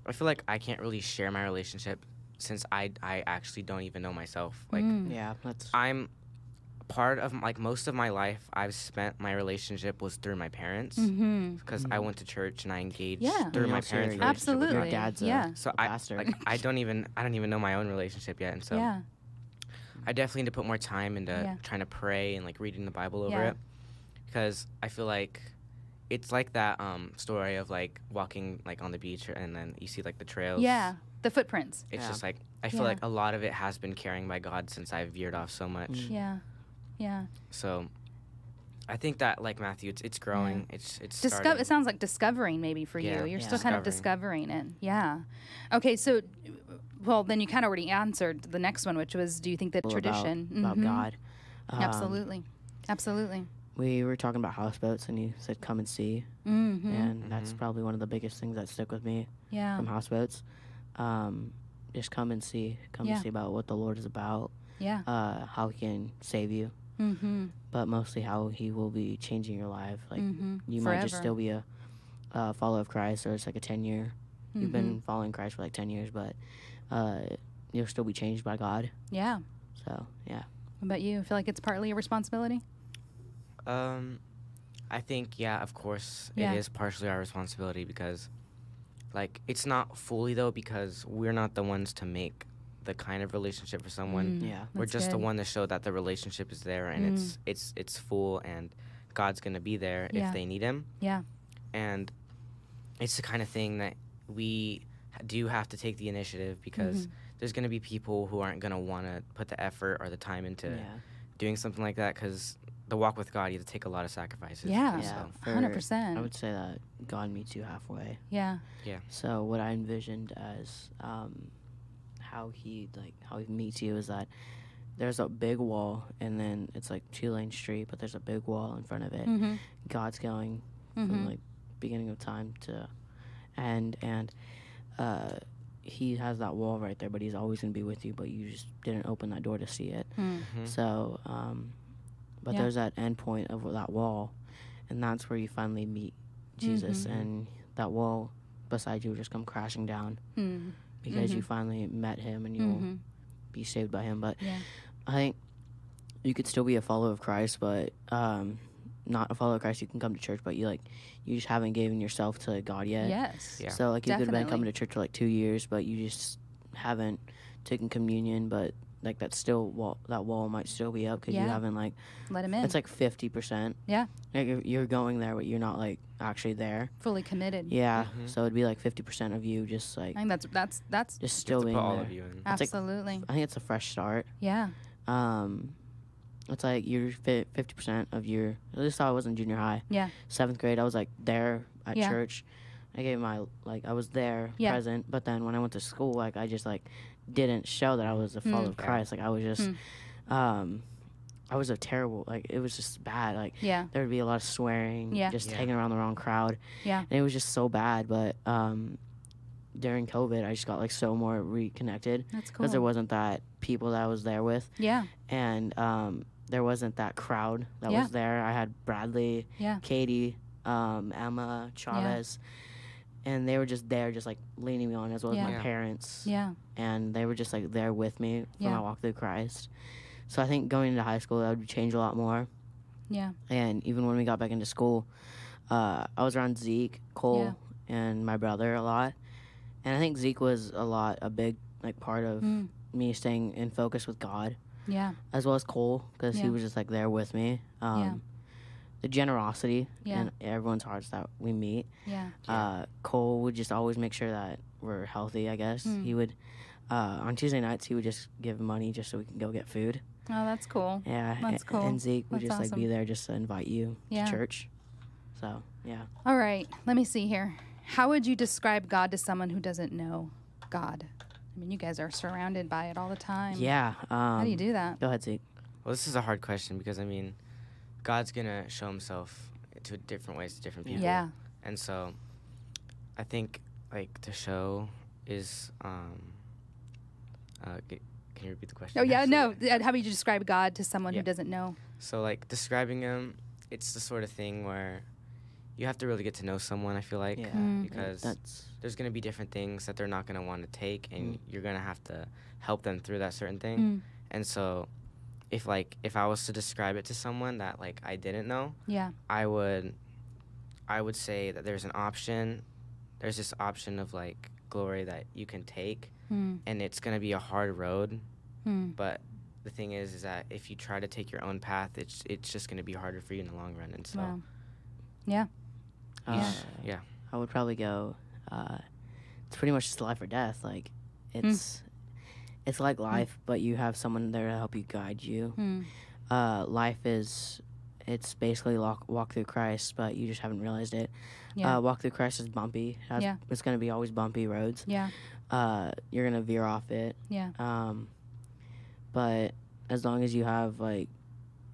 S4: I feel like I can't really share my relationship since I I actually don't even know myself. Like
S2: Mm.
S3: Yeah, that's
S4: I'm part of like most of my life I've spent my relationship was through my parents
S2: Mhm.
S4: because I went to church and I engaged
S2: Yeah.
S4: through
S3: And
S4: my
S3: also
S4: parents.
S3: your-
S4: relationship with
S2: Absolutely.
S4: God.
S3: Your dad's a,
S2: Yeah.
S4: So
S3: a
S4: I-
S3: pastor.
S4: Like I don't even I don't even know my own relationship yet, and so
S2: yeah.
S4: I definitely need to put more time into
S2: Yeah.
S4: trying to pray and like reading the Bible over
S2: Yeah.
S4: it because I feel like it's like that um, story of like walking like on the beach and then you see like the trails.
S2: Yeah. The footprints.
S4: It's
S3: Yeah.
S4: just like I feel
S2: Yeah.
S4: like a lot of it has been carrying by God since I veered off so much.
S3: Mm.
S2: Yeah. Yeah.
S4: So I think that like Matthew, it's it's growing. It's it's
S2: Discover.
S4: starting.
S2: It sounds like discovering maybe for
S4: Yeah.
S2: you. You're
S3: Yeah.
S2: still kind of discovering it. Yeah. Okay. So, well, then you kind of already answered the next one, which was, do you think that
S3: people about-
S2: tradition?
S3: about,
S2: Mhm.
S3: God. Um,
S2: Absolutely. Absolutely.
S3: We were talking about houseboats, and you said come and see,
S2: hmm
S3: and that's
S4: Mm-hmm.
S3: probably one of the biggest things that stuck with me
S2: Yeah.
S3: from houseboats. Um, just come and see, come
S2: Yeah.
S3: and see about what the Lord is about,
S2: Yeah.
S3: uh, how He can save you,
S2: Mm-hmm.
S3: but mostly how He will be changing your life. Like
S2: mm-hmm.
S3: you
S2: Forever.
S3: might just still be a, uh follower of Christ, or it's like a ten year.
S2: Mm-hmm.
S3: You've been following Christ for like ten years, but uh, you'll still be changed by God.
S2: Yeah.
S3: So yeah,
S2: What about you? I feel like it's partly a responsibility.
S4: Um, I think yeah, of course,
S2: Yeah.
S4: it is partially our responsibility because, like, it's not fully though because we're not the ones to make the kind of relationship for someone.
S2: Mm,
S3: yeah.
S4: We're
S2: that's
S4: just the
S2: good.
S4: one to show that the relationship is there and
S2: Mm.
S4: it's it's it's full and God's gonna be there
S2: Yeah.
S4: if they need Him.
S2: Yeah.
S4: And it's the kind of thing that we ha- do have to take the initiative because
S2: Mm-hmm.
S4: there's gonna be people who aren't gonna want to put the effort or the time into
S3: yeah.
S4: doing something like that because the walk with God, you have to take a lot of sacrifices.
S2: Yeah.
S4: So,
S3: Yeah.
S2: A hundred
S3: for- I
S2: percent.
S3: would say that God meets you halfway.
S2: Yeah.
S3: So what I envisioned as um, how he like how he meets you is that there's a big wall and then it's like two lane street, but there's a big wall in front of it.
S2: Mm-hmm.
S3: God's going
S2: Mm-hmm.
S3: from like beginning of time to end, and uh, he has that wall right there, but he's always gonna be with you. But you just didn't open that door to see it.
S2: Mm-hmm.
S4: Mhm.
S3: So, um, but
S2: Yeah.
S3: there's that end point of that wall, and that's where you finally meet Jesus,
S2: Mm-hmm.
S4: Mhm.
S3: and that wall beside you will just come crashing down
S2: Mm-hmm.
S3: because you finally met him and you'll
S2: Mm-hmm.
S3: be saved by him. But
S2: Yeah.
S3: I think you could still be a follower of Christ, but um, not a follower of Christ. You can come to church, but you like you just haven't given yourself to God yet.
S2: Yes.
S4: Yeah.
S3: So like you could have been
S2: Definitely.
S3: coming to church for like two years, but you just haven't taken communion. But like that still wall that wall might still be up because
S2: Yeah.
S3: you haven't like
S2: Let him in.
S3: it's like fifty percent.
S2: Yeah.
S3: like you're- you're going there, but you're not like actually there.
S2: fully committed.
S3: Yeah,
S4: Mhm.
S3: so it'd be like fifty percent of you just like
S2: Mm-hmm. I think that's that's that's
S3: just
S4: You
S3: still
S4: have to
S3: being
S4: put all
S3: there.
S4: of you in.
S3: It's like-
S2: absolutely
S3: I think it's a fresh start.
S2: yeah.
S3: Um, it's like you're fifty percent of your. At least I was in junior high.
S2: Yeah.
S3: Seventh grade, I was like there at
S2: Yeah.
S3: church. I gave my like I was there
S2: Yeah.
S3: present, but then when I went to school, like I just like didn't show that I was a follower of
S2: Mm.
S4: Yeah.
S3: Christ. Like I was just, um, I was a terrible. Like it was just bad. Like
S2: Yeah.
S3: there would be a lot of swearing,
S2: Yeah.
S3: just
S4: Yeah.
S3: hanging around the wrong crowd.
S2: Yeah.
S3: And it was just so bad. But um, during COVID, I just got like so more reconnected
S2: That's cool.
S3: because there wasn't that people that I was there with,
S2: yeah.
S3: and um, there wasn't that crowd that
S2: Yeah.
S3: was there. I had Bradley,
S2: Yeah.
S3: Katie, um, Emma, Chavez. And they were just there, just like leaning me on, as well as
S2: Yeah.
S3: my
S4: Yeah.
S3: parents.
S2: Yeah.
S3: And they were just like there with me for
S2: Yeah.
S3: my walk through Christ. So I think going into high school, that would change a lot more.
S2: Yeah.
S3: And even when we got back into school, uh, I was around Zeke, Cole, and my brother a lot. And I think Zeke was a lot, a big like part of
S2: Mm.
S3: me staying in focus with God,
S2: Yeah.
S3: as well as Cole, because
S2: Yeah.
S3: he was just like there with me. Um,
S2: Yeah.
S3: The generosity
S2: Yeah.
S3: in everyone's hearts that we meet.
S2: Yeah.
S3: Uh, Cole would just always make sure that we're healthy. I guess
S2: Mm.
S3: he would. Uh, on Tuesday nights, he would just give money just so we can go get food.
S2: Oh, that's cool.
S3: Yeah,
S2: That's
S3: a-
S2: cool.
S3: And Zeke would
S2: That's
S3: just like be
S2: awesome.
S3: there just to invite you
S2: Yeah.
S3: to church. So yeah,
S2: All right. Let me see here. How would you describe God to someone who doesn't know God? I mean, you guys are surrounded by it all the time.
S3: yeah. Um,
S2: How do you do that?
S3: Go ahead, Zeke.
S4: Well, this is a hard question because I mean, God's gonna show Himself to different ways to different people.
S2: Yeah.
S4: And so, I think like to show is um. Uh, g- can you repeat the question?
S2: Oh yeah,
S4: actually?
S2: no. yeah, How would you describe God to someone
S4: Yeah.
S2: who doesn't know?
S4: So like describing him, it's the sort of thing where you have to really get to know someone. I feel like
S3: Yeah,
S2: Mm.
S4: because
S3: that's
S4: there's gonna be different things that they're not gonna want to take, and
S3: Mm.
S4: you're gonna have to help them through that certain thing.
S2: Mm.
S4: And so, if like if I was to describe it to someone that like I didn't know,
S2: Yeah.
S4: I would, I would say that there's an option, there's this option of like glory that you can take,
S2: Mm.
S4: and it's gonna be a hard road,
S2: Mm.
S4: but the thing is, is that if you try to take your own path, it's it's just gonna be harder for you in the long run. And so,
S2: Wow.
S3: uh,
S4: yeah.
S3: I would probably go. Uh, it's pretty much just life or death. Like
S2: Hmm.
S3: it's it's like life, but you have someone there to help you guide you.
S2: Mm.
S3: Uh, life is it's basically walk, walk through Christ, but you just haven't realized it.
S2: Yeah.
S3: Uh, walk through Christ is bumpy. It has-
S2: Yeah.
S3: It's gonna be always bumpy roads.
S2: Yeah.
S3: uh, you're gonna veer off it.
S2: Yeah.
S3: Um, but as long as you have like,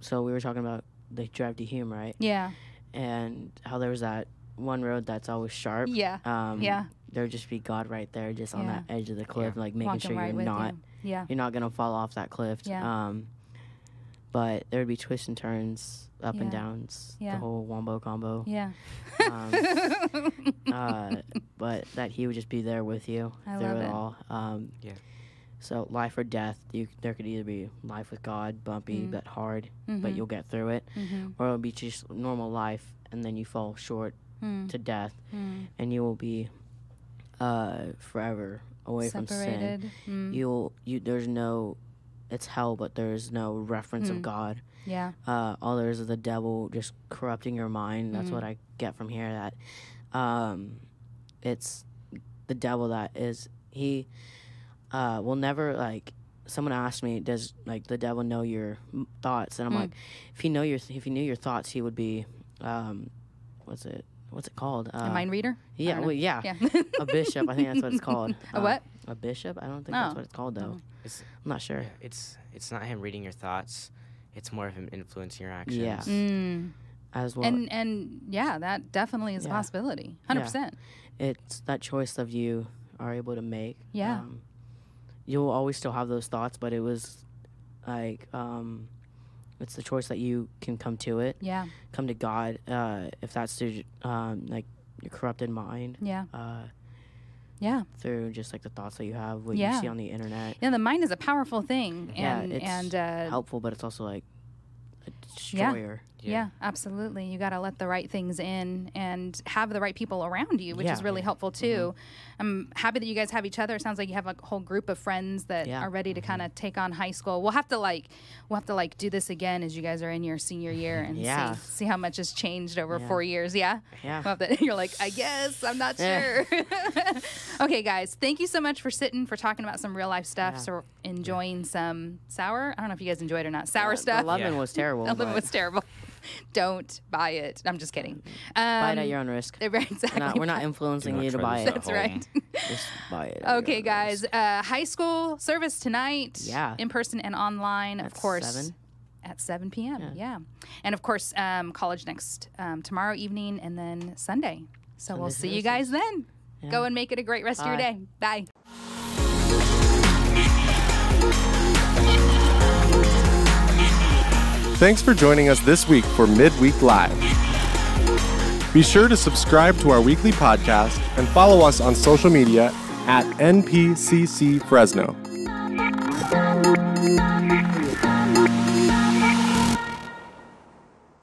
S3: so we were talking about the drive to Hume, right?
S2: Yeah.
S3: And how there was that one road that's always sharp.
S2: Yeah.
S3: Um,
S2: Yeah.
S3: There would just be God right there, just on
S2: Yeah.
S3: that edge of the cliff, like making
S2: Walking
S3: sure
S2: right
S3: you're
S2: with
S3: not
S2: you. Yeah.
S3: you're not gonna fall off that cliff.
S2: Yeah.
S3: Um, but there would be twists and turns, up
S2: Yeah.
S3: and downs,
S2: Yeah.
S3: the whole wombo combo.
S2: Yeah.
S3: Um, uh, but that he would just be there with you
S2: I
S3: through
S2: love
S3: it,
S2: it.
S3: all. Um,
S4: Yeah.
S3: So life or death, you there could either be life with God, bumpy
S2: Mm.
S3: but hard, but
S2: Mhm.
S3: you'll get through it,
S2: Mhm.
S3: or it'll be just normal life, and then you fall short
S2: Mm.
S3: to death,
S2: Mm.
S3: and you will be uh, forever away from sin.
S2: Separated. Mm.
S3: You'll you there's no, it's hell, but there's no reference
S2: Mm.
S3: of God
S2: Yeah.
S3: uh, all there is is the devil just corrupting your mind. That's
S2: Mhm.
S3: what I get from here. That um, it's the devil that is he uh, will never like. Someone asked me, "Does like the devil know your m- thoughts?" And I'm
S2: Mm.
S3: like, "If he know your if he knew your thoughts, he would be, um, what's it what's it called? Uh,
S2: A mind reader.
S3: yeah,
S2: don't know.
S3: well, yeah,
S2: Yeah.
S3: a bishop. I think that's what it's called.
S2: A
S3: Uh,
S2: what?
S3: A bishop? I don't think
S2: Oh.
S3: that's what it's called though.
S4: It's-
S3: I'm not sure.
S4: yeah, it's it's not him reading your thoughts, it's more of him influencing your actions.
S2: Mm.
S3: As Uh, well,
S2: and and yeah, that definitely is a
S3: Yeah.
S2: possibility. Hundred
S3: Yeah.
S2: percent.
S3: it's that choice of you are able to make.
S2: Yeah.
S3: Um, you'll always still have those thoughts, but it was like um, it's the choice that you can come to it,
S2: Yeah.
S3: come to God. Uh, if that's through um, like your corrupted mind,
S2: Yeah.
S3: uh,
S2: Yeah.
S3: through just like the thoughts that you have, what
S2: Yeah.
S3: you see on the internet,
S2: Yeah. The mind is a powerful thing,
S3: Yeah,
S2: and
S3: it's
S2: and uh,
S3: helpful, but it's also like a destroyer.
S2: Yeah. absolutely. You got to let the right things in and have the right people around you, which is
S3: Yeah. Mm-hmm.
S2: really helpful too. I'm happy that you guys have each other. It sounds like you have a whole group of friends that
S3: Yeah. Mm-hmm.
S2: are ready to kind of take on high school. We'll have to like we'll have to like do this again as you guys are in your senior year and
S3: Yeah.
S2: see, see how much has changed over
S3: Yeah.
S2: 4 years, yeah?
S3: Yeah.
S2: Well, then you're like, I guess I'm not
S3: Yeah.
S2: sure. okay, guys, thank you so much for sitting for talking about some real life stuff.
S3: Yeah.
S2: So enjoying some sour. I don't know if you guys enjoyed it or not. Sour
S3: Uh,
S2: stuff.
S3: The loving
S4: Yeah.
S3: was terrible.
S2: That one
S3: but
S2: was terrible. Don't buy it. I'm just kidding. Um,
S3: buy it at your own risk.
S2: exactly.
S3: We're not, we're not
S4: Do
S3: influencing
S4: not
S3: you to
S4: try
S3: buy
S4: this
S3: it.
S4: at
S2: That's right.
S3: Just buy it. at your
S2: Okay,
S3: own
S2: guys.
S3: risk.
S2: Uh, high school service tonight.
S3: Yeah.
S2: In person and online, of
S3: At
S2: course.
S3: 7?
S2: At 7 p.m. Yeah.
S3: Yeah.
S2: And of course, um, college next um, tomorrow evening and then Sunday. So we'll
S3: Sunday
S2: see you guys
S3: services.
S2: then. Go
S3: Yeah.
S2: and make it a great rest of your
S3: Bye.
S2: day. Bye.
S1: Thanks for joining us this week for Midweek Live. Be sure to subscribe to our weekly podcast and follow us on social media at NPCC Fresno.